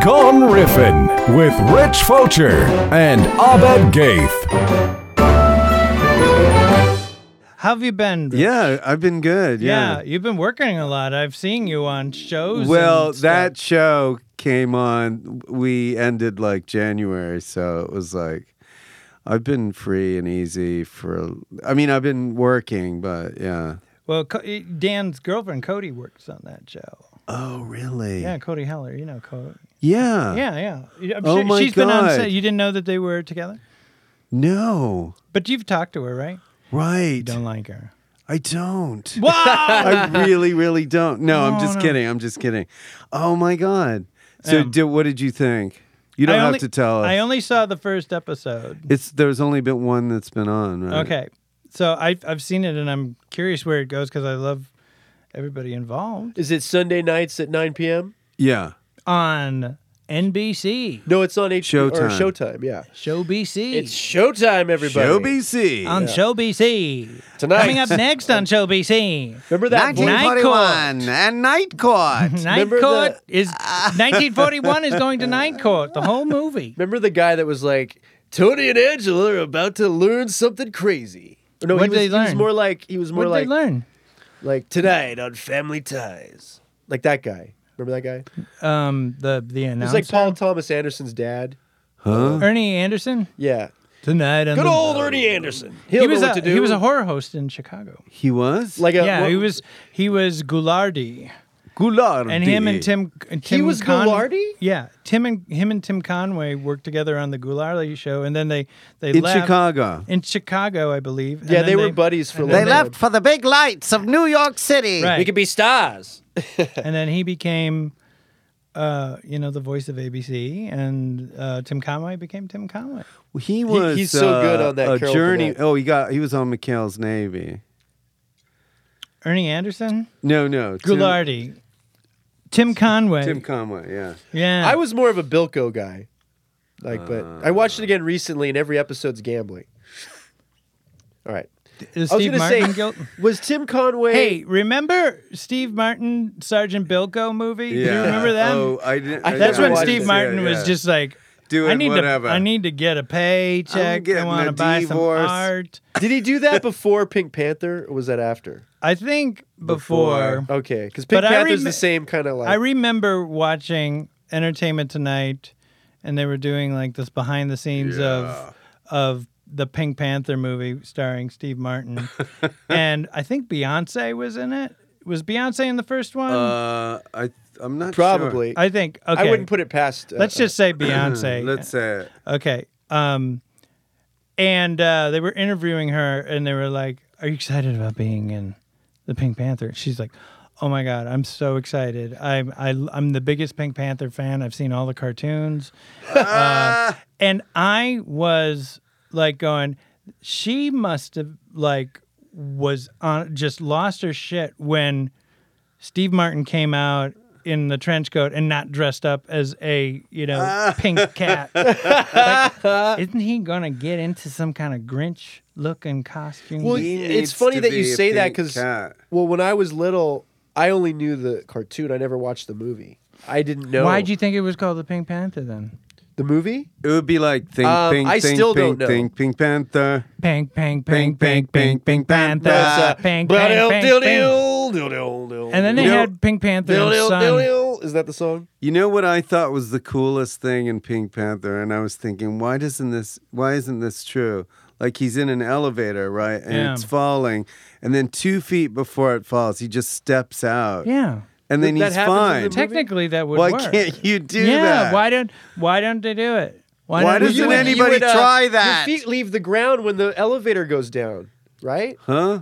Gone Riffin with Rich Fulcher and Abed Gaith. How have you been? Rich? Yeah, I've been good. Yeah, Yeah. you've been working a lot. I've seen you on shows. Well, and stuff. that show came on. We ended like January, so it was like I've been free and easy for. I mean, I've been working, but yeah. Well, Co- eh, Dan's girlfriend Cody works on that show. Oh, really? Yeah, Cody Heller. You know Cody. Yeah. Yeah, yeah. I'm Oh sure- my she's been on God. set. You didn't know that they were together, No. but you've talked to her, right? Right. You don't like her. I don't. Wow. I really, really don't. No, No, I'm just no. kidding. I'm just kidding. Oh my god. So, Um, di- what did you think? You don't I have only- to tell us. I only saw the first episode. it's there's only been one that's been on. Right? Okay, so I've I've seen it and I'm curious where it goes because I love everybody involved Is it Sunday nights at 9 p.m.? Yeah. on NBC, No, it's on HBO or Showtime. Showtime. Yeah, Show BC. it's Showtime, everybody. Show BC. on Show BC Tonight. Coming up next on E. Show BC, Remember that? Nineteen- Night- 1941 and Night Court. Night Remember Court is 1941 is going to Night Court. The whole movie. Remember the guy that was like, Tony and Angela are about to learn something crazy. Or No, What'd he was, they he was learn? more like he was more What did like they learn? like tonight on Family Ties, like that guy. Remember that guy? Um, the the It's announcer. like Paul Thomas Anderson's dad. Ernie Anderson Yeah, tonight. On good the- old Ernie Anderson. He'll He was know what a to do. he was a horror host in Chicago. He was like a yeah, what- he was he was Goulardi, Goulart. and him and Tim. and E. He Tim was Con- Goulardi? Yeah, Tim and him and Tim Conway worked together on the Goulardi show, and then they they in left Chicago. in Chicago, I believe. and Yeah, then they were buddies for and a then They left for the big lights of New York City. Right, We could be stars. and then he became. Uh, you know the voice of ABC, and uh, Tim Conway became Tim Conway. He was he's so good uh, on that a Carol journey. Burnett. Oh, he got he was on McHale's Navy. Ernie Anderson, No, no. Tim- Goulardi, Tim Conway. Tim Conway, yeah. yeah, I was more of a Bilko guy. Like, but I Uh. watched it again recently, and every episode's gambling. All right. Is I was Steve gonna Martin say, guilt. was Tim Conway? Hey, remember Steve Martin Sergeant Bilko movie? Do you Yeah. remember that? Oh, I didn't. I I That's yeah, didn't when watch Steve it. Martin Yeah, was yeah. just like, doing I need whatever. to, I need to get a paycheck. I getting want to a buy some divorce. art. did he do that before Pink Panther, or was that after? I think before, Okay, because Pink But I Panther's rem- the same kind of like. I remember watching Entertainment Tonight, and they were doing like this behind the scenes of of the Pink Panther movie starring Steve Martin, and I think Beyonce was in it. Was Beyonce in the first one? Uh, I I'm not probably. I think. Okay, I wouldn't put it past. uh, Let's just say Sure. Beyonce. Let's say it. Okay. Um, and uh, they were interviewing her, and they were like, "Are you excited about being in the Pink Panther?" She's like, "Oh my god, I'm so excited! I'm I, I'm the biggest Pink Panther fan. I've seen all the cartoons, Uh, and I was like going, she must have like was on just lost her shit when Steve Martin came out." In the trench coat and not dressed up as a you know pink cat, like, isn't he gonna get into some kind of Grinch looking costume? Well, He it's needs funny to that you be a say that pink because cat. well, when I was little, I only knew the cartoon. I never watched the movie. I didn't know. Why'd you think it was called the Pink Panther then? the movie? It would be like think, Um, pink, I think, still don't pink, know. think, pink panther. Pink, pink, pink, pink, Pink, pink, pink, pink, pink pink panther. panther. That's, uh, pink, "Blah-dill, pink, pink, pink. dill-dill, dill-dill, And then they dill-dill, had Pink Panther and dill-dill, Son. dill-dill." Is that the song? You know what I thought was the coolest thing in Pink Panther, and I was thinking, why doesn't this? Why isn't this true? Like he's in an elevator, right, and Yeah. it's falling, and then two feet before it falls, he just steps out, Yeah. and then That he's happens in the fine. movie? Technically, that would Why work. can't you do yeah, that? why don't why don't they do it? Why don't we doesn't do it? anybody- try that? uh, Your feet leave the ground when the elevator goes down, right? Huh?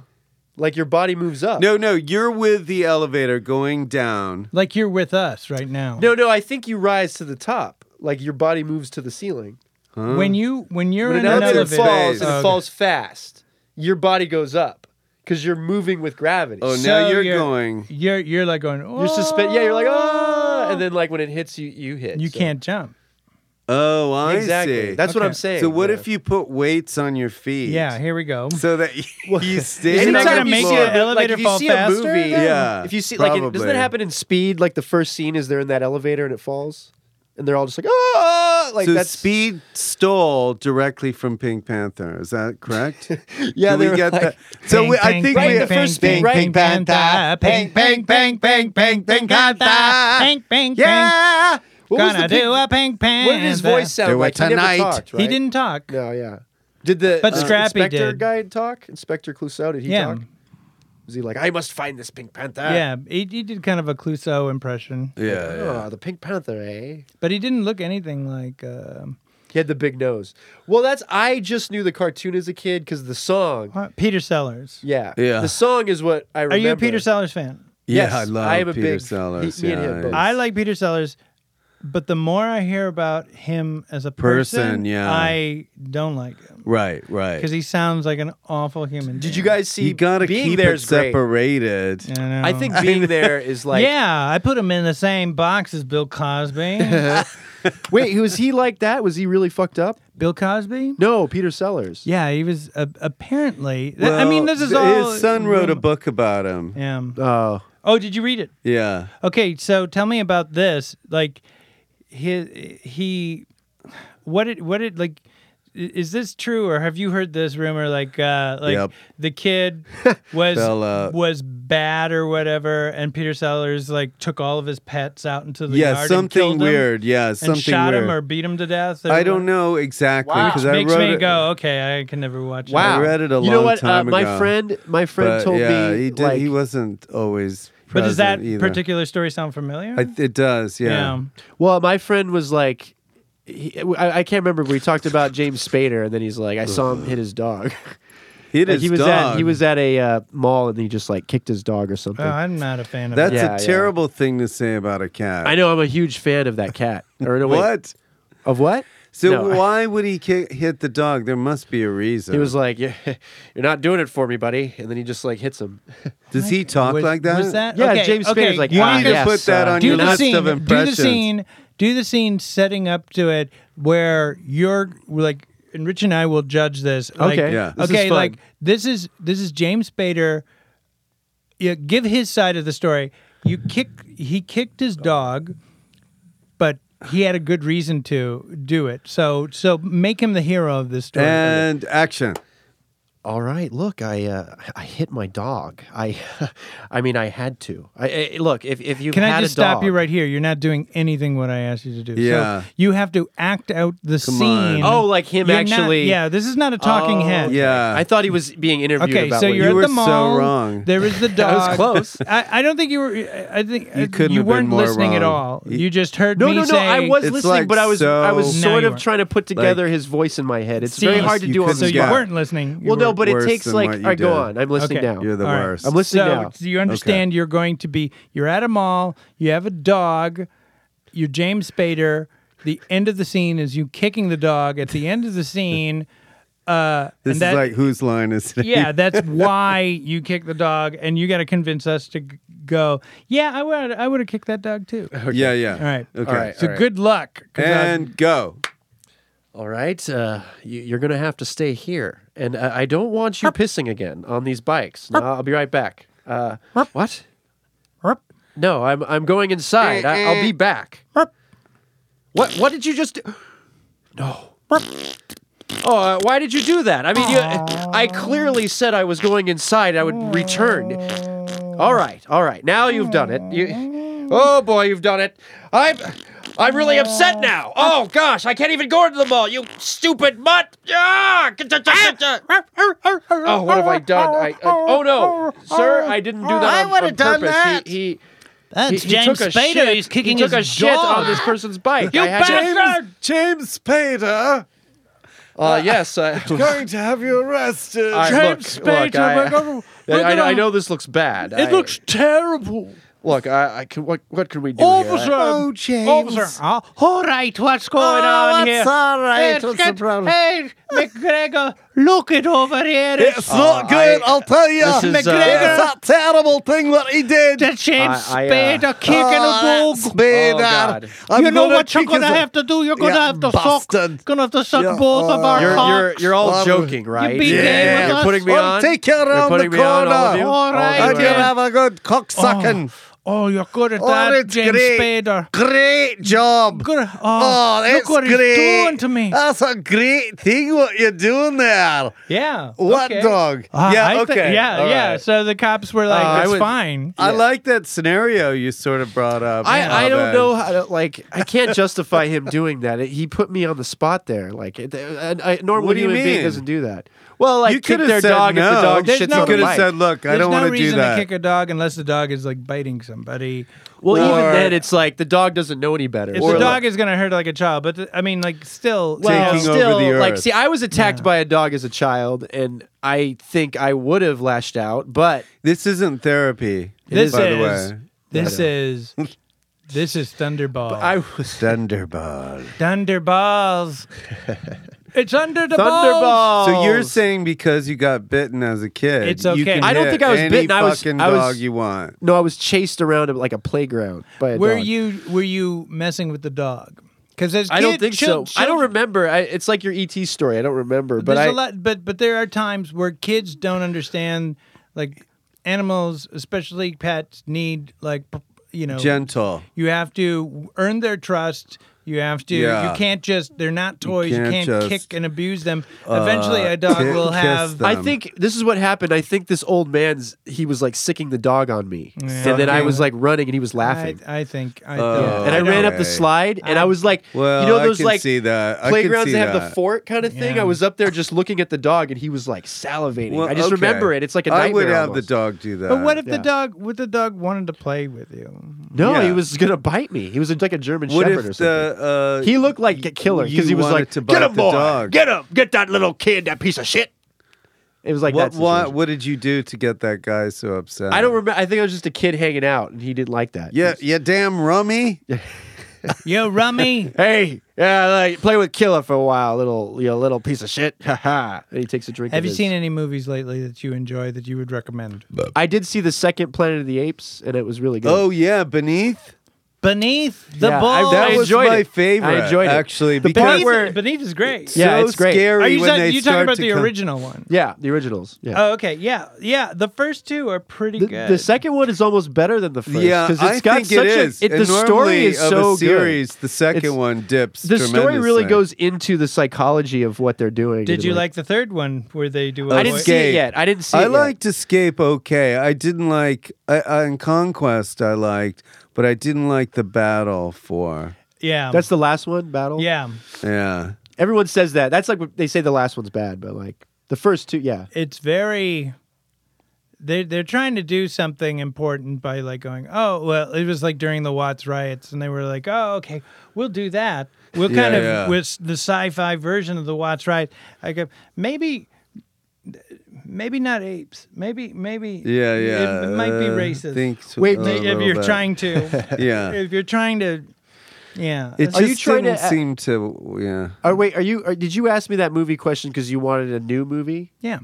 Like your body moves up. No, no, you're with the elevator going down. Like you're with us right now. no, no. I think you rise to the top. Like your body moves to the ceiling. When you when you're When in an an elevator elevator, falls and Oh, it falls fast, your body goes up because you're moving with gravity. Oh, So now you're, you're- going. you're you're like going. Oh, You're suspend. Yeah, you're like ah, and then like when it hits you, you hit. you so. can't jump. Oh, I exactly. see. That's what Okay. I'm saying. so. What yeah. if you put weights on your feet? Yeah, here we go. So that you, you stay. Isn't that on the gonna make floor. you- elevator if you fall see a faster Movie, then? Yeah, If you see, like, it, doesn't probably. that happen in Speed? Like the first scene is they're in that elevator and it falls, and they're all just like, oh, like so that's Speed stole directly from Pink Panther. Is that correct? Yeah, Did they we were get like- that. So we, I think we bang, first bang, ping, bang, bang, bang, ping, ping, ping, ping, ping, ping, panther. ping, ping, ping. yeah. What was Gonna the pink- do a pink panther. What did his voice sound Do it like? tonight. He never talked, right? He didn't talk. No, yeah. Did the uh, But Scrappy inspector did. guy talk? Inspector Clouseau, did he Yeah. talk? Was he like, I must find this Pink Panther? Yeah, he, he did kind of a Clouseau impression, Yeah. yeah. Oh, the Pink Panther, eh? but he didn't look anything like. um He had the big nose. Well, that's I just knew the cartoon as a kid because the song. what? Peter Sellers. Yeah. Yeah. The song is what I remember. Are you a Peter Sellers fan? Yes, yeah, I love I am a Peter big- Sellers. he- me and him yeah, both. I like Peter Sellers, but the more I hear about him as a person, Person, yeah. I don't like him Right, right. because he sounds like an awful human. Did being. you guys see you gotta Being keep There it is great. separated. I, know. Um, I think Being There is like. yeah, I put him in the same box as Bill Cosby. Wait, was he like that? Was he really fucked up? Bill Cosby? No, Peter Sellers. Yeah, he was uh, apparently. th- I mean, this is th- all. His son wrote a book about him. Yeah. Oh. Oh, did you read it? Yeah. Okay, so tell me about this. Like, his he, what did what did like. i- Is this true, or have you heard this rumor? Like, uh, like Yep. the kid was Fell uh, out. was bad or whatever, and Peter Sellers like took all of his pets out into the yard Yeah, and something killed 'em weird. Yeah, and something shot weird. him or beat him to death. or I don't what- know exactly because I Makes wrote me it. go, okay, I can never watch. Wow. that." I read it a you know long what? time uh, my ago. friend, my friend But, told yeah, me he did. like, he wasn't always. But does that present either. particular story sound familiar? I, it does. Yeah. yeah. Well, my friend was like, he, I, I can't remember. but We talked about James Spader, and then he's like, I saw him hit his dog. He did. Like, he was at dog. he was at a uh, mall, and he just like kicked his dog or something. Oh, I'm not a fan of That's that. Yeah, a yeah. terrible thing to say about a cat. I know I'm a huge fan of that cat. Or no, wait, What? of what? So No, I- why would he kick, hit the dog? There must be a reason. He was like, yeah, "You're not doing it for me, buddy," and then he just like hits him. Does he talk Was- like that? was that- Yeah, Okay, James okay, Spader's like, you "Ah, need to yes, put that uh, on do your the list scene. of impressions. Do the scene. Do the scene setting up to it where you're like, and Rich and I will judge this. Like, Okay. Yeah. This is okay. fun. Like this is this is James Spader. Yeah, give his side of the story. You kick. He kicked his dog, but he had a good reason to do it. So so make him the hero of this story. And action. all right look i uh, i hit my dog i i mean i had to i, I look if, if you Can had I just a dog, stop you right here? You're not doing anything what I asked you to do. Yeah. So you have to act out the Come on. scene. oh like him You're not- actually yeah, this is not a talking Oh, head. Yeah. i thought he was being interviewed Okay, about so what you're you at were the so mall. wrong. There is the dog. was close. I, I don't think you were. I I think uh, You couldn't have been weren't more listening at wrong. all. You- You just heard no me no no say. i was It's listening like but i was i was so- Now sort you of are. trying to put together his voice in my head it's very See, hard to you do on couldn't So the you Yeah. spot. weren't listening. You well no were- but it worse takes than like what all you right go did. on i'm listening Okay. now You're the All right. worst. I'm listening so now. do you understand? You're going to be. You're at a mall. You have a dog. You're James Spader. The end of the scene is you kicking the dog. At the end of the scene, uh, and This is that, like whose line is it? yeah, that's why you kick the dog, and you got to convince us to g- go. Yeah, I would. I would have kicked that dog too. Yeah, yeah. All right. Okay. All right. So good luck. 'cause uh, I- And go. all right uh, you, you're gonna have to stay here and uh, i don't want you pissing again on these bikes no, i'll be right back uh, what No, I'm I'm going inside. I, I'll Eh, be back. What What did you just do? No. Oh, uh, why did you do that? I mean, you, I clearly said I was going inside. I would return. All right, all right. Now you've done it. You, oh boy, you've done it. I'm I'm really upset now. Oh gosh, I can't even go into the mall. You stupid mutt! Ah! Oh, what have I done? I, I oh no, sir, I didn't do that. I on- would've on done purpose. that. He, he, That's he- he James took a Spader. Shit. He's kicking he took his a shit dog. on this person's bike. You I had bastard! James, James Spader To, uh, yes, I, going to have you arrested. I- look, James look, Spader, I, we're gonna- we're I, I gonna- know this um, looks bad. I- It looks terrible, Look, I, I can. What, what can we do? officer. Here? oh, James. Ah, Officer. Ah, all right, what's going Oh, on it's here? all right. Hey, What's the get- problem? Hey, McGregor, Look it over here. Ah, It's Oh, not good, I, will tell you. this is, It's uh, that terrible thing that he did. the James I- I, uh, Spader kicking Oh, a that dog. Spader. Oh, God. I'm you know gonna what you're kick his- gonna have to do? You're gonna Yeah, have to bastard. suck. Gonna have to suck Yeah, both of uh, our You're you're cocks. you're all Well, joking, right? be gay yeah. with You're us. putting me Well, on. take you You're around putting the me on, all of corner. you. All right, All I'm of you. gonna have a good cock sucking. Oh, you're good at Oh, that, that's James great. Spader. Great job. Good. Oh, Oh, that's look what great. he's doing to me. That's a great thing what you're doing there. yeah. What okay. dog? Ah, yeah, I thi- okay. yeah, all yeah. right. So the cops were like, Uh, I "It's would- fine." I like that scenario you sort of brought up. I, I Abed. don't know how to like I can't justify him doing that. It, he put me on the spot there. Like it, I, I, normal What do you human being mean? doesn't do that. Well, like you kick could their have said dog no. if the dog There's shits no- you on the could have mic. said, "Look, I There's don't no want to do reason that." to kick a dog unless the dog is like biting somebody. well, or- even then, it's like the dog doesn't know any better. If Or, the like- dog is gonna hurt like a child, but th- I mean, like, still, Well, you know, Taking over still, the like, earth. see, I was attacked by a dog as a child, and I think I would have lashed out, but This isn't therapy. this by is the way. this is this is Thunderball. I was. Thunderball. Thunderballs. it's under the balls. Thunderball. So you're Balls. saying because you got bitten as a kid, It's You okay. can I don't hit think I was any bitten, I was- fucking I was- dog you want. No, I was chased around like a playground by a Were dog. you were you messing with the dog? Because I don't think so. I don't remember. I, it's like your ET story. I don't remember. But There's I, a lot, but but there are times where kids don't understand, like animals, especially pets, need like p- you know, Gentle. you have to earn their trust. You have to. Yeah. You can't just. They're not toys. You can't can't, just, kick and abuse them. Eventually, a dog ki- will kiss have. them. I think this is what happened. I think this old man's he was like sicking the dog on me, and then I was like running, and he was I, laughing. I think. I, Oh, and I don't- ran up okay. the slide, and I, I- was like, Well, you know I those can like see that. I can playgrounds see that have the that. fort kind of thing. Yeah. I was up there just looking at the dog, and he was like salivating. Well, I just okay. remember it. It's like a I nightmare. would have almost. the dog do that. But what if the Yeah. dog? What the dog wanted to play with you? No, Yeah. he was gonna bite me. He was like a German What Shepherd or if something. the uh, he looked like a killer you because he was wanted like, to bite "Get him, the boy! dog. Get him! Get that little kid! That piece of shit!" It was like what, that. what situation. what did you do to get that guy so upset? I don't remember. I think I was just a kid hanging out, and he didn't like that. Yeah, yeah, damn rummy. Yo, rummy. Hey, yeah, like play with Killer for a while, little you know, little piece of shit. Ha ha. And he takes a drink. Have of you his. seen any movies lately that you enjoy that you would recommend? I did see the second Planet of the Apes, and it was really good. Oh yeah, beneath. Beneath the Yeah, I- ball. that That was enjoyed my it. I favorite. enjoyed it. actually The because part Beneath, where- Beneath is great. Yeah, so it's great. scary Are you, when they you talking start about to the come- original one? yeah, the originals. Yeah. Oh, okay. Yeah, yeah. The first two are pretty the, good. the second one is almost better than the first. Yeah, 'cause it's I got think such it a- is. it- the And story normally is of so a series. good. The second It's- one dips. The story really tremendously. goes into the psychology of what they're doing. Did and, you like the third one where they do? I a didn't voice- see it Escape. yet. I didn't see. it I yet. liked Escape okay. I didn't like I, I, in Conquest. I liked, but I didn't like the battle for. Yeah, That's the last one, Battle. yeah. Yeah, Everyone says that. That's like what- they say the last one's bad, but like the first two, yeah. It's very. They they're trying to do something important by like going oh well it was like during the Watts riots and they were like oh okay we'll do that we'll kind Yeah, of yeah. with the sci-fi version of the Watts riot I go maybe maybe not apes maybe maybe yeah, it- yeah. it, might be Uh, racist Think so- Wait, a May- if little you're bit. trying to Yeah, if you're trying to yeah it just Are you trying to uh, didn't a- seem to. Yeah, Are, wait, are you? Are, did you ask me that movie question because you wanted a new movie? yeah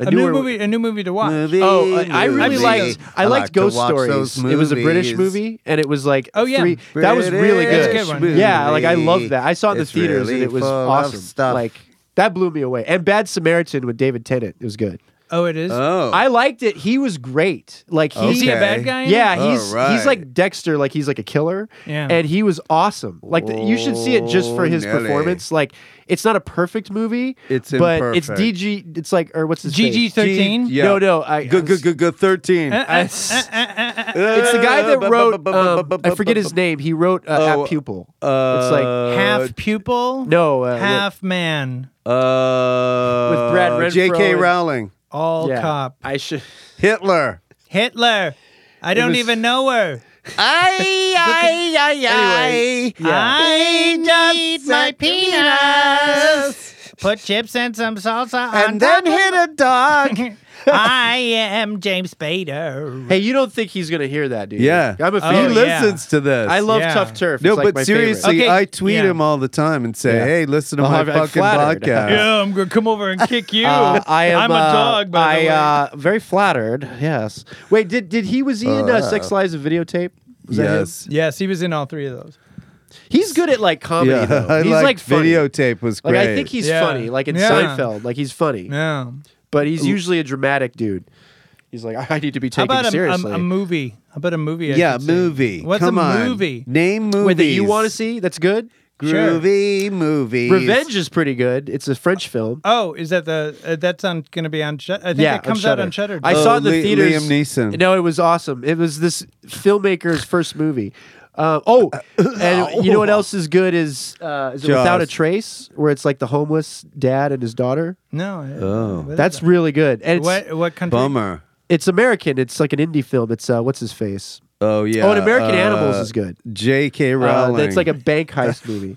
A a new newer- movie a new movie to watch Oh, I, I really Movie. liked. I, to liked Ghost watch Stories. those It was a British movies. movie, and it was like Oh, yeah. three- that was really That's a good. good one. British Yeah, like I movie. loved that. I saw it in the It's theaters, really and it was full of awesome. Stuff. Like that blew me away. And Bad Samaritan with David Tennant. It was good. oh it is oh, I liked it. He was great. Like he, is he a bad okay. guy in it? Yeah, he's All he's right. like Dexter, like he's like a killer. Yeah. And he was awesome. Like the, you should see it just for Oh, his Nelly. performance. Like it's not a perfect movie. It's but it's imperfect. DG. It's like or what's his GG face? thirteen. Yeah. No, no. I, good, good, good, good. Thirteen. Uh, It's the guy that Uh, wrote. bu- bu- bu- um, bu- bu- I forget his name. He wrote uh, Oh, At Pupil. it's like Uh, half pupil, no uh, half man, Uh, With Brad Renfro J.K. and- Rowling, all yeah. cop. I should. Hitler. Hitler. I don't was- even know her. Aye, aye, aye, Anyway, I just my penis. Put chips and some salsa on and then top hit a dog. of- I am James Spader. Hey, you don't think he's gonna hear that, dude? Yeah, I'm a Oh, he fan. yeah. listens to this. I love Yeah. tough turf. No, It's like but my favorite. seriously, uh, favorite. I tweet Yeah. him all the time and say, Yeah. "Hey, listen to Oh, my I'm- I'm fucking flattered. podcast." Yeah, I'm gonna come over and kick you. Uh, I am, Oh, I'm a uh, dog, by the way. I, Uh, very flattered. Yes. Wait, did did he was he in uh, Sex Lies of Videotape? Was that him? Yes, yes, he was in all three of those. He's good at like comedy. yeah. though. I He's like, like funny. videotape was Like great. I think he's Yeah. funny. Like in Yeah. Seinfeld, like he's funny. Yeah. But he's usually a dramatic dude. He's like, I need to be How taken about um, a, seriously. a, a movie? How about a movie? I yeah, should see? movie. What's Come a on. movie? Name movies. Wait, that you want to see? That's good. Sure. Groovy movies. Revenge is pretty good. It's a French film. Oh, is that the uh, that's on going to be on? Shut- I think yeah, that comes out on Shutter. I Oh, saw it in the Li- theaters. Liam Neeson. No, it was awesome. It was this filmmaker's first movie. Uh, oh, and you know what else is good is, uh, is it Jaws. Without a Trace, where it's it's like the homeless dad and his daughter. no. I- what is That's that? really good. And it's, what what country? Bummer. it's American. It's like an indie film. It's uh, what's his face? Oh yeah. oh, and American uh, Animals is good. J.K. Uh, Rowling. it's like a bank heist movie.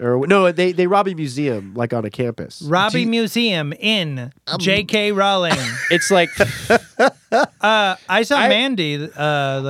Or no, they they rob a museum like on a campus. Robbie Museum in J.K. Rowling. It's like uh, I saw I- Mandy. Uh, like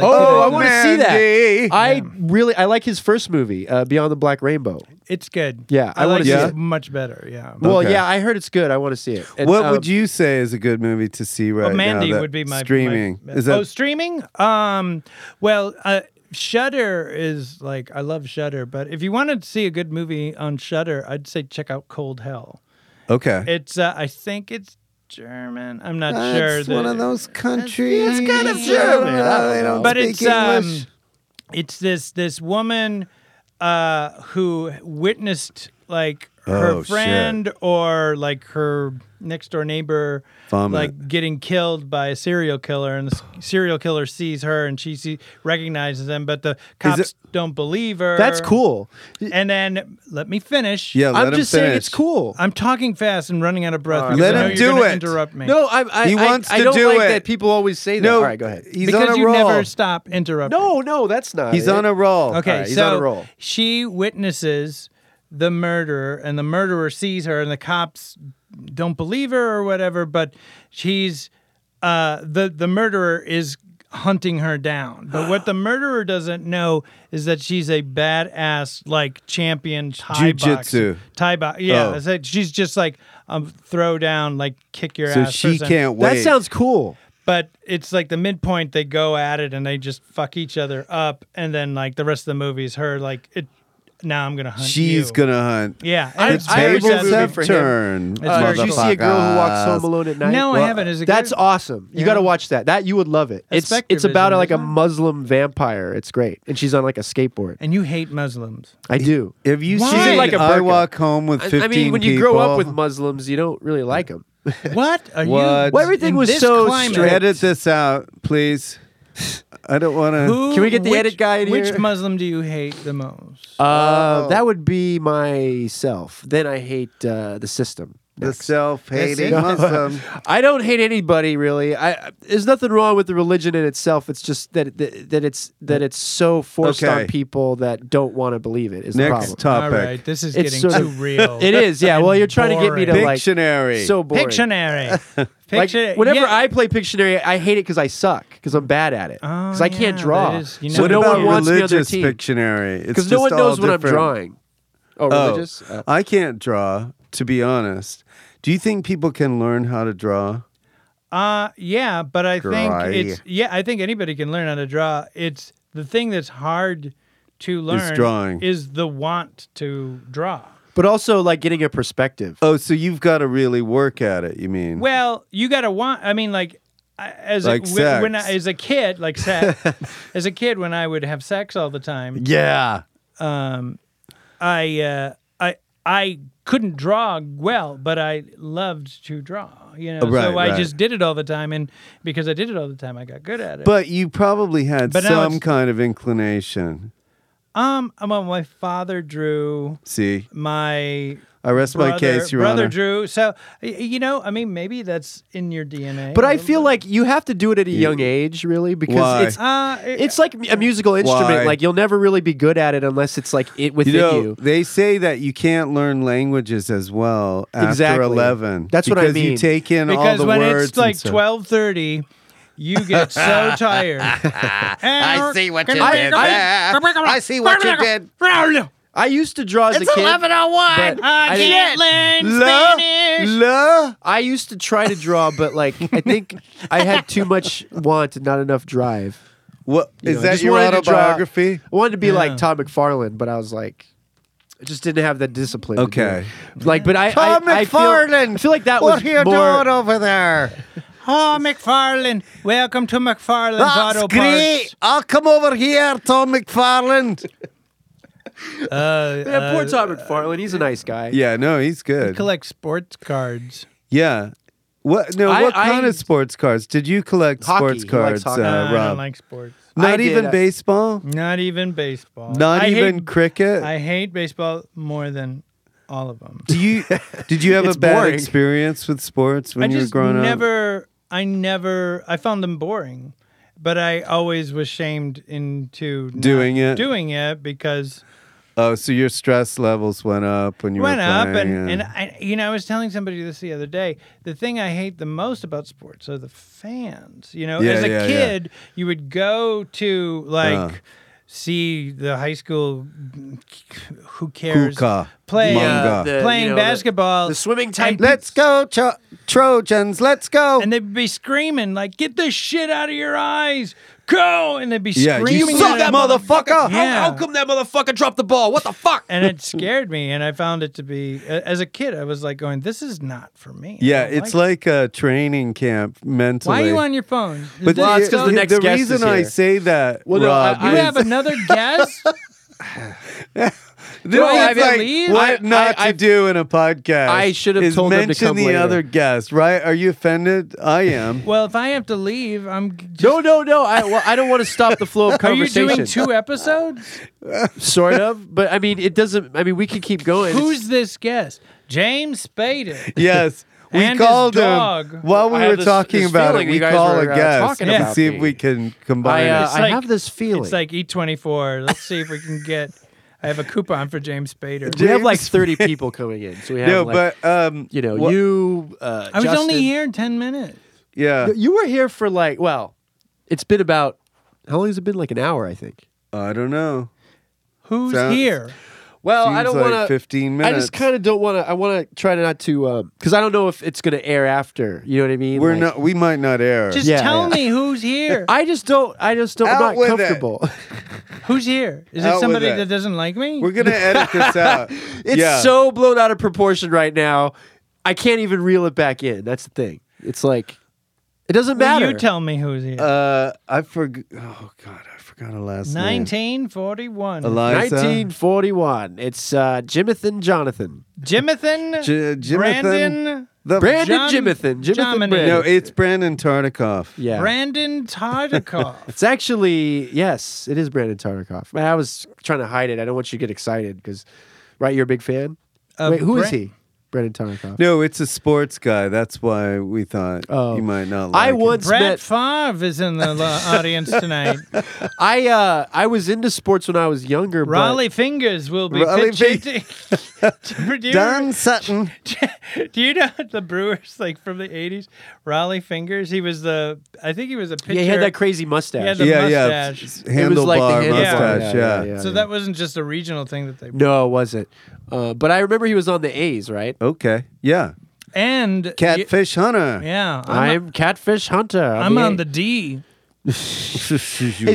oh, I today. want to see Mandy. that. I really I like his first movie, uh, Beyond the Black Rainbow. It's good. Yeah, I I, like wanna it see it. much better. Yeah. Well, Okay. yeah, I heard it's good. I want to see it. And, what um, would you say is a good movie to see right Well, Mandy now? that would be my streaming. my- is that oh streaming? Um, well, uh, Shutter is like I love Shutter, but if you wanted to see a good movie on Shutter, I'd say check out Cold Hell. okay? It's uh, I think it's German. I'm not sure. That's that- one of those countries. It's kind of German. but it's um, it's this this woman uh who witnessed like her Oh, shit. friend or like her next door neighbor Vomit. like getting killed by a serial killer and the s- serial killer sees her and she see, recognizes him but the cops it- don't believe her That's cool. and then let me finish Yeah, let I'm him just saying finish. it's cool. i'm talking fast and running out of breath because Let I know him you're do gonna it. interrupt me No, I, I He I- wants I to don't do like it. that people always say that. No, All right, go ahead. He's because on a you roll. never stop interrupting No, no, that's not. He's it. on a roll. Okay, right, so he's on a roll. she witnesses the murderer, and the murderer sees her, and the cops don't believe her or whatever. But she's uh, the the murderer is hunting her down. But what the murderer doesn't know is that she's a badass like champion Thai Jiu-jitsu. boxer. Thai box. Yeah, Oh. it's like she's just like um, throw down, like kick your So ass. she person. can't wait. That sounds cool. But it's like the midpoint they go at it and they just fuck each other up, and then like the rest of the movie is her like it. Now I'm gonna hunt She's you." gonna hunt. Yeah, I- and The it's very saw tables that sad have movie for him. turned. Uh, very did you see a girl who walks home motherfuckers. alone at night? No, I haven't. Is it That's good? awesome. You Yeah. got to watch that. That you would love it. That's it's it's about Spectrevism, like a isn't it? Muslim vampire. It's great, and she's on like a skateboard. And you hate Muslims. I do. Have you Why? She's in seen like a I burqa. walk home with I, fifteen I mean, when you grow up with people? Muslims, you don't really like them. What are you? What? Well, everything in was this so Oh, climate, strict. edit this out, please. I don't want to. Who, Can we get the which, edit guy in Which here? Muslim do you hate the most? Oh. Uh, that would be myself. Then I hate uh, the system. The self-hating That's Muslim. I don't hate anybody really. I there's nothing wrong with the religion in itself. It's just that that, that it's that it's so forced Okay. on people that don't want to believe it is the problem. Next All topic. right, this is Uh, It's getting sort too of- real. It is, yeah. Well, and you're trying to get me to boring. like Dictionary. so boring. Pictionary. Like, Pictionary. whenever yeah. I play Pictionary, I hate it because I suck because I'm bad at it because Oh, I can't yeah, draw. that is- you know- so what no about one wants me on their religious team Pictionary? It's because no just one knows all what I'm different- drawing. Oh, Oh, religious. Uh, I can't draw. To be honest, do you think people can learn how to draw? Uh yeah, but I Dry. think it's yeah, I think anybody can learn how to draw. It's the thing that's hard to learn drawing. is the want to draw. but also like getting a perspective. Oh, so you've got to really work at it. You mean? Well, you got to want I mean like I- as Like a, when, when sex. I, as a kid, like sex, as a kid when I would have sex all the time, yeah. I uh, I I couldn't draw well, but I loved to draw, you know. Oh, right, so I right. just did it all the time and because I did it all the time, I got good at it. But you probably had But now some it's- kind of inclination. um, well, my father drew See, my I rest my case, Your brother Honor. Drew. So y- you know, I mean, maybe that's in your DNA. But a I little feel bit. like you have to do it at a young age, really, because Why? it's uh, it- it's like a musical instrument. Why? Like you'll never really be good at it unless it's like it you within know, you. they say that you can't learn languages as well after Exactly. 11. That's what I because mean. You take in all because the when words. it's like and stuff. twelve thirty, you get so tired. I see what you did there. I see what you did. I used to draw as a kid. but I I didn't- can't learn La, Spanish. la. I used to try to draw, but like I think I had too much want and not enough drive. What you is know. I that just your wanted to draw- autobiography? I wanted to be Yeah. like Todd McFarlane, but I was like, I just didn't have the discipline. to do Okay. it. Like, but I, Todd I, I feel, McFarlane! I feel like that was What are you more. doing over there? Oh, McFarlane. Welcome to McFarlane's Auto That's great. Parts. I'll come over here, Tom McFarland. Uh, uh, Yeah, poor Todd McFarlane. He's a nice guy. Yeah, no, he's good. collect sports cards. yeah. What no? I- what kind I- of sports cards did you collect? Hockey. Sports He cards, likes hockey. uh, No, I don't Rob. like sports. Not I did. even I- baseball. Not even baseball. Not I even hate- cricket. I hate baseball more than all of them. Do you did you have a It's bad boring. experience with sports when I you were just growing up? never, I never, I found them boring, but I always was shamed into not Doing it? doing it because Oh, so your stress levels went up when you went were up playing, and, and yeah. I, you know, I was telling somebody this the other day. The thing I hate the most about sports are the fans. You know, Yeah, as a yeah, yeah. kid, you would go to like. Uh. See the high school, who cares? Hookah, Play, uh, manga. The- playing you know, the- basketball, the swimming and type- let's go Tro- Trojans, let's go. and they'd be screaming like, "Get this shit out of your eyes, go!" And they'd be yeah, you screaming, suck, at it. motherfucker. Yeah. that motherfucker dropped the ball? What the fuck? And it scared me, and I found it to be a- as a kid, I was like, "Going, this is not for me." I Yeah, don't it's like like a training camp mentally. why are you on your phone? But This- Well, it's the, 'cause the next the guest reason is I here. say that, Well, no, Rob, I- you is- have another guest. This Well, I is like believe- what I- not I- to do in a podcast. I should have is told them to mention come the later. other guest, right? Are you offended? I am. Well, if I have to leave, I'm. Just, No, no, no. I well, I don't want to stop the flow of Are you conversation. doing two episodes? sort of, but I mean, it doesn't. I mean, we can keep going. Who's this guest? James Spader. yes, we And his called dog. him while we I have were this- talking this about it. feeling you We guys call were, a uh, guest talking and about see me. if we can combine I, uh, it. I like- have this feeling. It's like E24. Let's see if we can get. I have a coupon for James Spader. we have like James- thirty people coming in, so we have no, like, but um, you know, wha- you. Uh, I was only Justin. here ten minutes. yeah, You were here for like, well, it's been about how long has it been? Like an hour, I think. I don't know. Who's Sounds- here? Well, Seems I don't like want to. fifteen I minutes. just kind of don't want to. I want to try to not to, because I don't know if it's going to air after. You know what I mean? We're Like, not. We might not air. Just Yeah, tell yeah. me who's here. I just don't. I just don't. Out I'm with not it. comfortable. who's here? Is it Out with somebody it. that doesn't like me? we're gonna edit this out. it's yeah. so blown out of proportion right now. I can't even reel it back in. That's the thing. It's like it doesn't Will matter. you tell me who's here. Uh, I forgot. Oh God, I forgot her last name. 1941. Eliza. 1941. It's uh, Jimathan Jonathan. Jimathan. J- Jimathan. Brandon. The Brandon John- Jimathan. Jimathan Jomini. Brandon. No, it's Brandon Tartikoff. yeah. Brandon Tartikoff. It's actually yes, it is Brandon Tartikoff. Man, I was trying to hide it. I don't want you to get excited because, right? You're a big fan. Of Wait, who is Bran- he? Brandon Tartikoff. No, it's a sports guy. That's why we thought Oh. you might not. Like I it. once Brad met. Favre is in the lo- audience tonight. I uh, I was into sports when I was younger. but- Raleigh Fingers will be Raleigh pitching. to- do, you, Dan Sutton. do you know the Brewers like from the 80s? Raleigh Fingers. He was the. I think he was a pitcher. yeah, he had that crazy mustache. He had the Yeah, mustache. yeah. Handlebar It was like the handlebar. mustache. Yeah, Yeah. yeah, yeah. so that wasn't just a regional thing that they. No, it wasn't. Uh, but I remember he was on the A's, right? Okay. Yeah. And Catfish Hunter. Yeah, I'm, I'm Catfish Hunter. I'm on the D. Hey,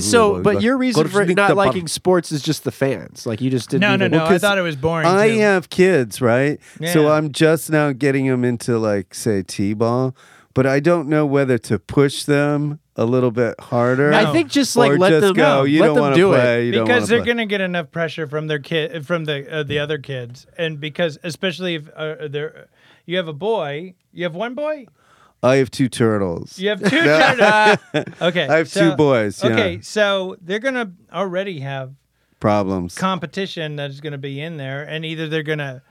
so, but your reason for not liking sports is just the fans. Like, you just didn't. No, no, even- no. I 'cause thought it was boring. I too. have kids, right? So Yeah. I'm just now getting them into like say t-ball, but I don't know whether to push them a little bit harder. I think just like or let just them go. no, you let don't them wanna do play. it. You because they're don't going to get enough pressure from their kid, from the uh, the other kids, and because especially if uh, they're, you have a boy, you have one boy, gonna. I have two turtles. you have two turtles. okay, I have so- two boys. Yeah. Okay, so they're going to already have Problems. competition that is going to be in there, and either they're going to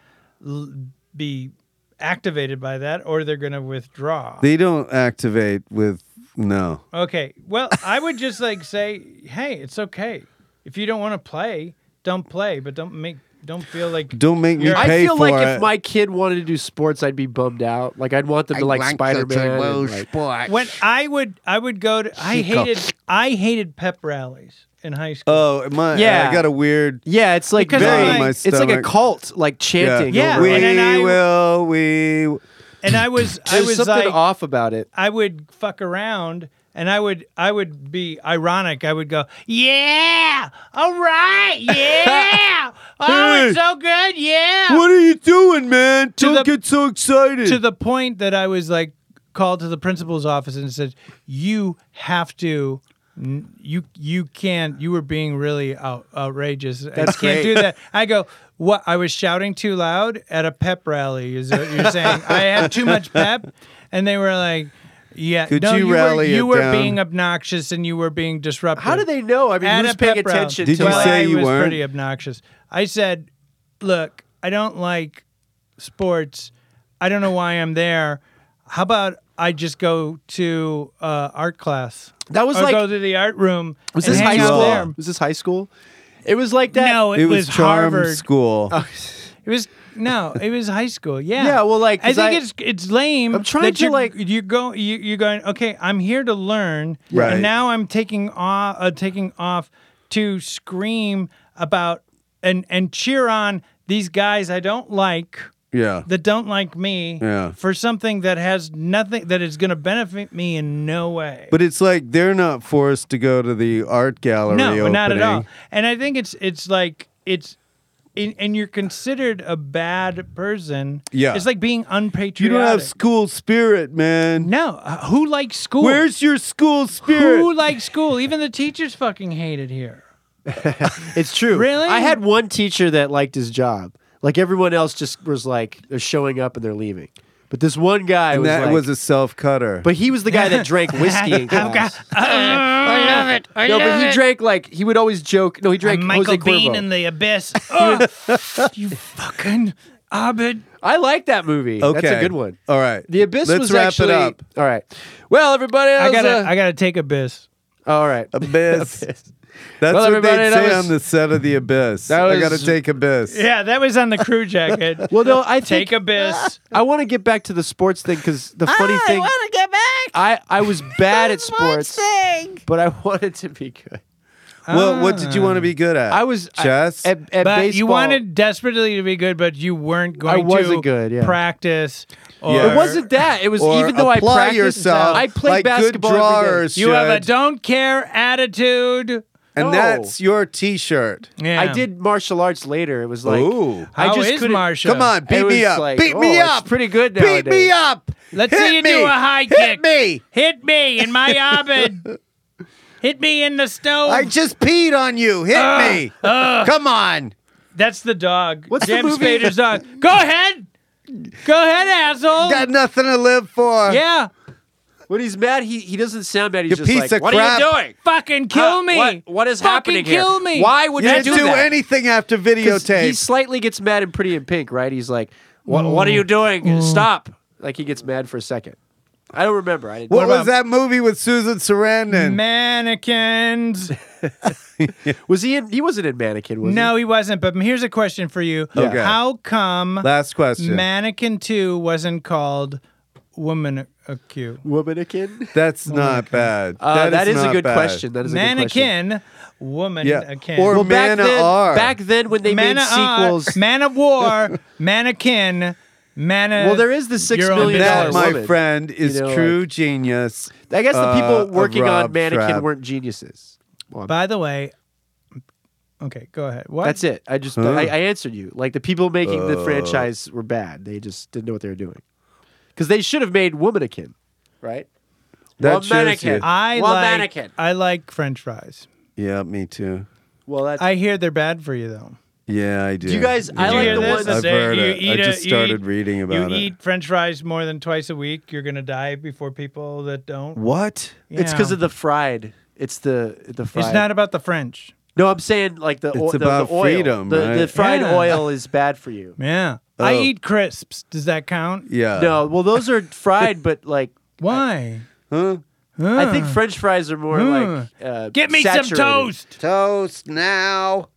l- be activated by that, or they're going to withdraw. They don't activate with no. okay. Well, I would just like say, hey, it's okay if you don't want to play, don't play, but don't make, don't feel like Don't make me You're- I I pay feel for like it. if my kid wanted to do sports, I'd be bummed out. Like I'd want them to like Spider Man. when I would I would go to I Chico. hated I hated pep rallies in high school. oh my! Yeah. I got a weird. Yeah, it's like Because very, I'm like- My it's like a stomach. cult, like chanting. Yeah. over we and it. then I- will. We and I was I There's was something like off about it. I would fuck around and I would I would be ironic. I would go, "Yeah! All right. Yeah! oh, it's so good. Yeah." What are you doing, man? To Don't the- get so excited. to the point that I was like called to the principal's office and said, "You have to." n- You you can't. You were being really out, outrageous. That's I can't great. do that. I go. What I was shouting too loud at a pep rally is what you're saying. I had too much pep, and they were like, "Yeah, Could no, you were- rally it you were down? being obnoxious and you were being disruptive." How do they know? I mean, At who's a paying pep rally. attention Did to you like, well, say I was weren't? pretty obnoxious. I said, "Look, I don't like sports. I don't know why I'm there. How about I just go to uh, art class? That was or like- go to the art room. was and this high hang out school? There. Was this high school? It was like that. No, it, it was, charm Harvard. school. It was no, it was high school. Yeah, Yeah, well, like, I 'cause think I- it's it's lame. I'm trying that to, you're- like- you go you you're going okay. I'm here to learn, Right. and now I'm taking off uh, taking off to scream about and and cheer on these guys I don't like yeah. that don't like me Yeah. for something that has nothing that is going to benefit me in no way. But it's like they're not forced to go to the art gallery. no, not at all. opening. And I think it's it's like it's. And and you're considered a bad person. Yeah. it's like being unpatriotic. You don't have school spirit, man. no. uh, who likes school? Where's your school spirit? who likes school? Even the teachers fucking hate it here. It's true. Really? I had one teacher that liked his job. Like everyone else just was like they're showing up and they're leaving. But this one guy and was that like, was a self cutter. but he was the guy that drank whiskey in I've class. got uh, no, but he drank like he would always joke. No, he drank Michael Jose Bean Cuervo. in the abyss. Oh, you fucking Abed. I like that movie. okay, That's a good one. All right, The Abyss Let's was wrap actually it up. all right. Well, everybody, that I was, gotta, uh, I gotta take abyss. all right. Abyss. Abyss. That's Well, what everybody, they that say was- on the set of the Abyss. That I was- gotta take Abyss. Yeah, that was on the crew jacket. Well, no, I think take abyss. I want to get back to the sports thing because the funny thing want to get back. I I was bad at sports, Thing. but I wanted to be good. Well, what did you want to be good at? I was I- chess. at, at But baseball. you wanted desperately to be good, but you weren't going to wasn't good, yeah. practice. Or Yeah. It wasn't that. It was or even though I apply practiced, yourself I played like basketball. Good every day. drawers You have a should. don't care attitude. and No. that's your T-shirt. Yeah. I did martial arts later. It was like Ooh. I How just is couldn't. Marsha? Come on, beat It me was up. like, beat oh, me it's up. pretty good Beat me nowadays. up. Let's Hit see you me. do a high Hit kick. me. Hit me in my abid. Hit me in the Oh. stove. I just peed on you. Hit Uh, me. Come on. That's the dog. What's the James movie? Spader's dog. Go ahead. Go ahead, asshole. Got nothing to live for. yeah. When he's mad, he, he doesn't sound mad. He's You just piece like, of "What are you crap. doing? Fucking kill Uh, me. what- what is Fucking happening kill here? me. Why would You you, didn't do, that? anything after 'Cause He videotape. slightly gets mad in Pretty in Pink, right? He's like, "What? What are you doing? Mm. Stop!" Like he gets mad for a second. I don't remember. I didn't. What, about- was that movie with Susan Sarandon? Mannequins. was he in? He wasn't in Mannequin, was No, he wasn't. But here's a question for you. Okay. How come Last question. Mannequin 2 wasn't called Woman Acute? he? Womanikin. That's not bad. Oh Uh, that is, a not good bad. question. That is a Mannequin, Woman Yeah. Akin. Or good question. Well, back Man of then, R. back then when they Man made of Ar- sequels, Man of War, Mannequin, Mana. Well, there is the six Your own million business. dollar That, my woman. friend, is You know, true genius. I guess the uh, people of working on Rob Mannequin Trapp. weren't geniuses. Well, By the way, okay, go ahead. What? that's it. I just I, I answered you. Like the people making Oh. the franchise were bad. They just didn't know what they were doing because they should have made Womanikin, right? That shows Womanikin. you. I Well, like mannequin. I like French fries. Yeah, me too. Well, that's I hear they're bad for you though. Yeah, I do. you guys- I Did like you hear the this? ones- That I've say heard you it. I eat a- just you started eat- reading about you it. eat French fries more than twice a week, you're gonna die before people that don't. What? it's because of the fried. It's the the fried. It's not about the French. no, I'm saying like the It's o- the, about the oil. freedom, the, the right? fried Yeah. oil is bad for you. Yeah. I Oh. eat crisps. Does that count? Yeah. no, well, those are fried, but like Why? Huh? I think French fries are more like uh, Get me some saturated. toast. Toast now.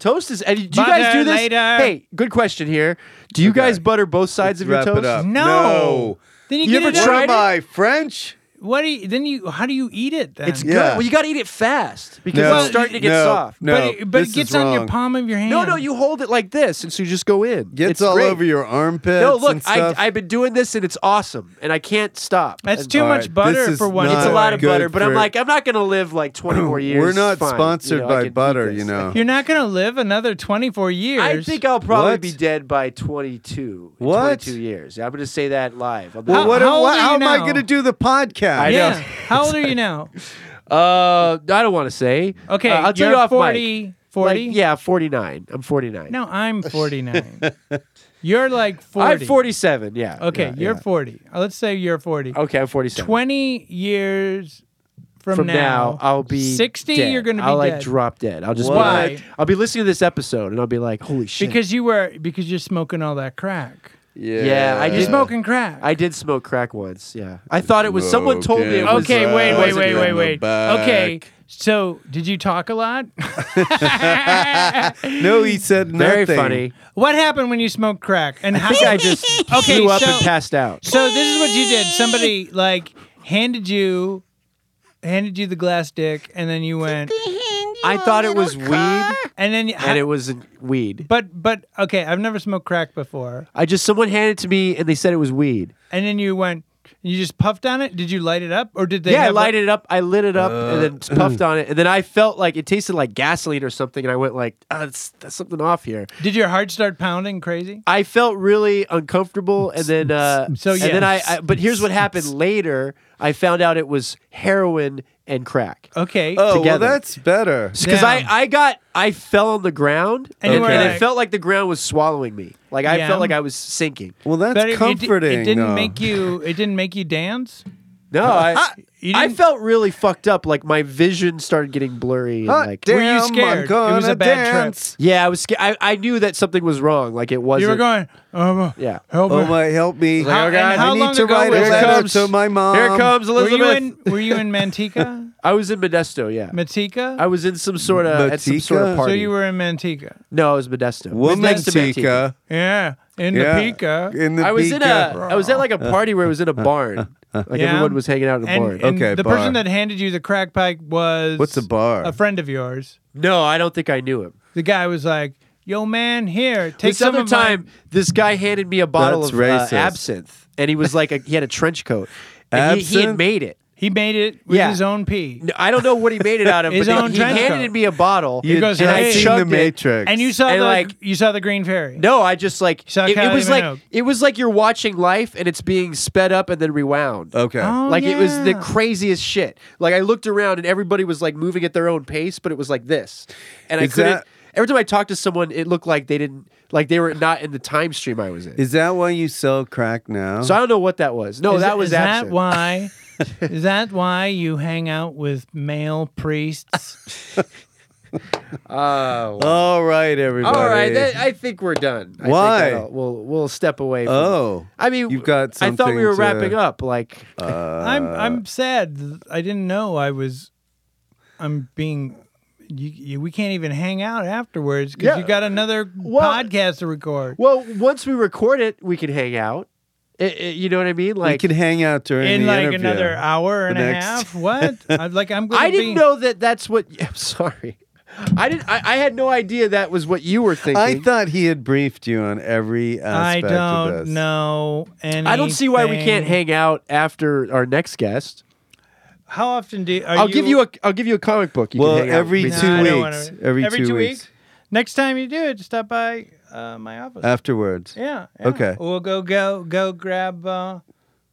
Toast is. and Do you Butter guys do this? later. Hey, good question here. Do you guys butter both sides of your Wrap toast? it up. No. No. Then you, You get ever it What out. tried am it? I, French? What do you? Then you? How do you eat it? Then It's Yeah. good. Well, you got to eat it fast because No. it's starting to get No. soft. but No, it, but this it gets is on your wrong. palm of your hand. No, no, you hold it like this, and so you just go in. Gets it's all great. over your armpits. No, look, and I, stuff. I've been doing this, and it's awesome, and I can't stop. That's And- too All much right, butter this for is one. not It's a lot of good butter, but I'm for- like, I'm not going to live like 20 more years. We're not Fine. You sponsored know, I by can eat butter, this. you know. You're not gonna live another 24 years. I think I'll probably What? be dead by 22. in What? 22 years. I'm going to say that live. I'm Well, How- what, how old what- are how you am I now? going to do the podcast? I yeah. know. How old are you now? Uh, I don't want to say. Okay, Uh, I'll tell you're you off mic. 40. 40. Like, yeah, 49. I'm 49. No, I'm 49. you're like 40. I'm 47. Yeah. Okay, yeah, you're yeah. Oh. 40. Uh, Let's say you're 40. Okay, I'm 47. 20 years from, From now, I'll be 60. dead. You're gonna be I'll like dead. drop dead. I'll just be Why? like- I'll be listening to this episode and I'll be like, holy shit. because you were because you're smoking all that crack. Yeah. Yeah, I You're just Yeah. smoking crack. I did smoke crack once. Yeah, I thought it was. Someone told me. It Okay. was, okay, uh, wait, it wait, wasn't wait, good. wait, the wait. back. Okay, so did you talk a lot? No, he said Very nothing. funny. what happened when you smoked crack? And I how? think I just Okay, blew up so- and passed out. so this is what you did. Somebody like handed you handed you the glass dick, and then you went, I thought it was weed, and then and it wasn't weed. But but okay, I've never smoked crack before. I just someone handed it to me, and they said it was weed. And then you went, you just puffed on it. Did you light it up, or did they? yeah, I have a- lighted it up. I lit it up and then puffed on it, and then I felt like it tasted like gasoline or something, and I went like, oh, that's, that's something off here. Did your heart start pounding crazy? I felt really uncomfortable, and then uh, So, yeah. and then I, I. But here's what happened later. I found out it was heroin and crack. Okay. Oh, well, Together. that's better. because I, Damn. I got I fell on the ground And and, you and, were it like- felt like the ground was swallowing me. Like I Yeah. felt like I was sinking. Well, that's But it- it di- comforting. It, didn't though. make you. It didn't make you dance. No, I You I didn't- felt really fucked up. Like my vision started getting blurry. And Hot like damn, you I'm scared? It was gonna a bad trip. dance. yeah, I was scared. I, I knew that something was wrong. Like it wasn't. You were going. Oh, well, Yeah. Help Oh me. my, help me! How- and how oh, I need long to ago write a was letter that? to my mom. Here comes Were Elizabeth. you in? Were you in Manteca? I was in Modesto. Yeah, Manteca. I was in some sort of at some sort Modesto? of party. So you were in Manteca. no, it was Modesto. Woman Modesto, Manteca. Tika. Yeah, in Yeah. the Pica. In the uh, I was in a. Tika. I was at like a party where it was in a barn. Like Yeah. everyone was hanging out in a and, barn. and Okay, the bar. person that handed you the crack pipe was What's a bar? A friend of yours. no, I don't think I knew him. The guy was like, "Yo, man, here, take this some other of my- time, this guy handed me a bottle That's of uh, racist. absinthe, and he was like, a, he had a trench coat, and he, he had Absinthe? made it. He made it with Yeah. his own pee. No, I don't know what he made it out of, His but own he, he trench handed coat. me a bottle. You've goes, and "Hey." I Seen seen chugged the it. Matrix, And you saw And, the like- you saw the green fairy. No, I just like saw it, it Kylie was like Minogue. it was like you're watching life, and it's being sped up and then rewound. Okay. Oh, like it was the yeah. craziest shit. Like I looked around and everybody was like moving at their own pace, but it was like this, and I Is couldn't. that- Every time I talked to someone, it looked like they didn't like they were not in the time stream I was in. Is that why you sell crack now? So I don't know what that was. No, Is- that was is that absinthe. why? is that why you hang out with male priests? Oh. All right, everybody. all right, that, I think we're done. I think Why? I'll- we'll we'll step away. From oh, I mean, You've got I thought we something were to- wrapping up. Like, I'm Uh, I'm sad. th- I didn't know I was. I'm being. You, you, we can't even hang out afterwards because Yeah. you got another Well- podcast to record. well, once we record it, we can hang out. I- I- you know what I mean? we Like, can hang out during in the like interview. another hour and The a next- half. What? I'm like I'm. Gonna I be- didn't know that. That's what. I'm sorry. I didn't. I, I had no idea that was what you were thinking. I thought he had briefed you on every I aspect of don't this. know. Anything. I don't see why we can't hang out after our next guest. How often do? Are I'll give you a. I'll give you a comic book. You Well, can hang out with every me. two No, I don't weeks. wanna- Every two weeks. Next time you do it, just stop by uh, my office. Afterwards. yeah, yeah. okay. We'll go go go grab uh,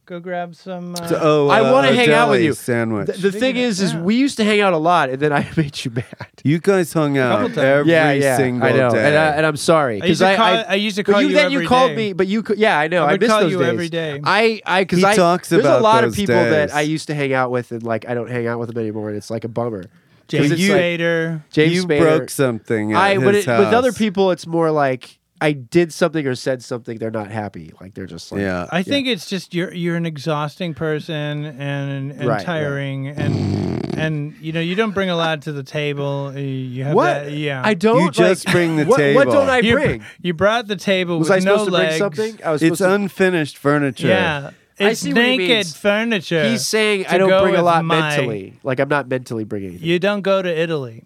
go grab some. Uh, So- oh, I uh, wanna a hang out with deli you. Sandwich. Th- the thing is, is we used to hang out a lot, and then I made you mad. you guys hung out times. every yeah, yeah, single I know, day. and, I, and I'm sorry I used because to I, call- I, I used to but call you. you Then you every called day. me, but you, cou- yeah, I know. I would miss call those you days. every day. I, I, because He I talks There's about a lot of those people that days. I used to hang out with, and like I don't hang out with them anymore, and it's like a bummer. 'Cause James it's you, like- Spader. James you Spader. broke something. At I, his but it, with house. other people, it's more like I did something or said something, they're not happy. Like they're just like, Yeah. I think it's just you're you're an exhausting person and and Right, right. tiring and and you know you don't bring a lot to the table. You- You have What? that- yeah. I don't. You like- just bring the what, What table. don't I you, br- bring? You brought the table Was with I no supposed to bring legs. something? I was It's supposed unfinished furniture. Yeah. I It's see what he naked means. furniture. to. He's saying I to don't go bring a with lot my- mentally. Like I'm not mentally bringing anything. You don't go to Italy.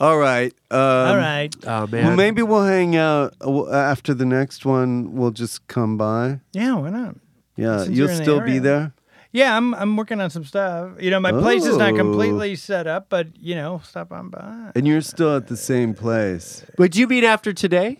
All right. Um, All right. oh man. Well, maybe we'll hang out uh, w- after the next one. We'll just come by. Yeah, why not? Yeah, Since you'll you're in the still be area. there. Yeah, I'm I'm working on some stuff. You know, my place is not Oh. completely set up, but you know, stop on by. And you're still at the same place, Would you mean after today?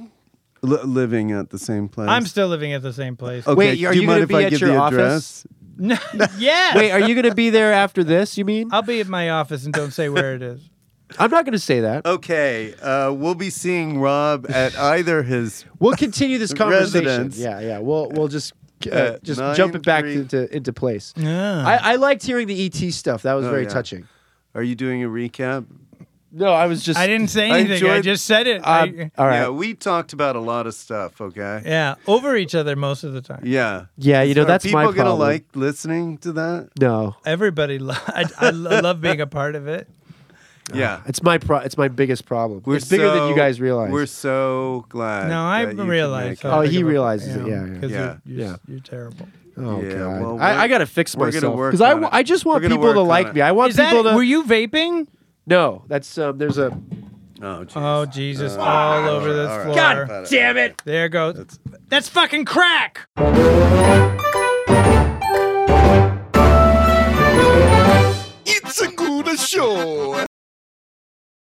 li- living at the same place. I'm still living at the same place. Okay, Wait, are do you, you mind gonna if be I at give your the office? address? yes. Wait, are you going to be there after this? You mean? Uh, I'll be at my office and don't say where it is. I'm not going to say that. Okay, uh, we'll be seeing Rob at either his. We'll continue this conversation. Residence. Yeah, yeah. We'll we'll just uh, At just nine, jump it back three- into into place. Yeah. I, I liked hearing the ET stuff. That was Oh, very yeah. touching. Are you doing a recap? No, I was just. I didn't say I anything. I, enjoyed- just said it. Uh, I- all right. Yeah, we talked about a lot of stuff. Okay. Yeah. yeah, over each other most of the time. Yeah, you know Are that's people my problem. gonna like listening to that? No, Everybody, lo- I, I lo- love being a part of it. Yeah. it's my pro- it's my biggest problem. We're it's bigger than so- you guys realize. We're so glad. No, I that you could realize. make it. how Oh, big he of a- realizes it, yeah, yeah. 'cause Yeah. You're, you're, Yeah. you're terrible. oh Yeah, god, well, we're- I, I gotta fix we're gonna myself work because I, on wa- it. I just We're want gonna people to work on like it. me. I want Is people that? to. Were you vaping? no, that's um. There's a Oh, geez. Oh Jesus! all over this all right. floor. God damn it. There goes. That's, fucking crack. It's a good show.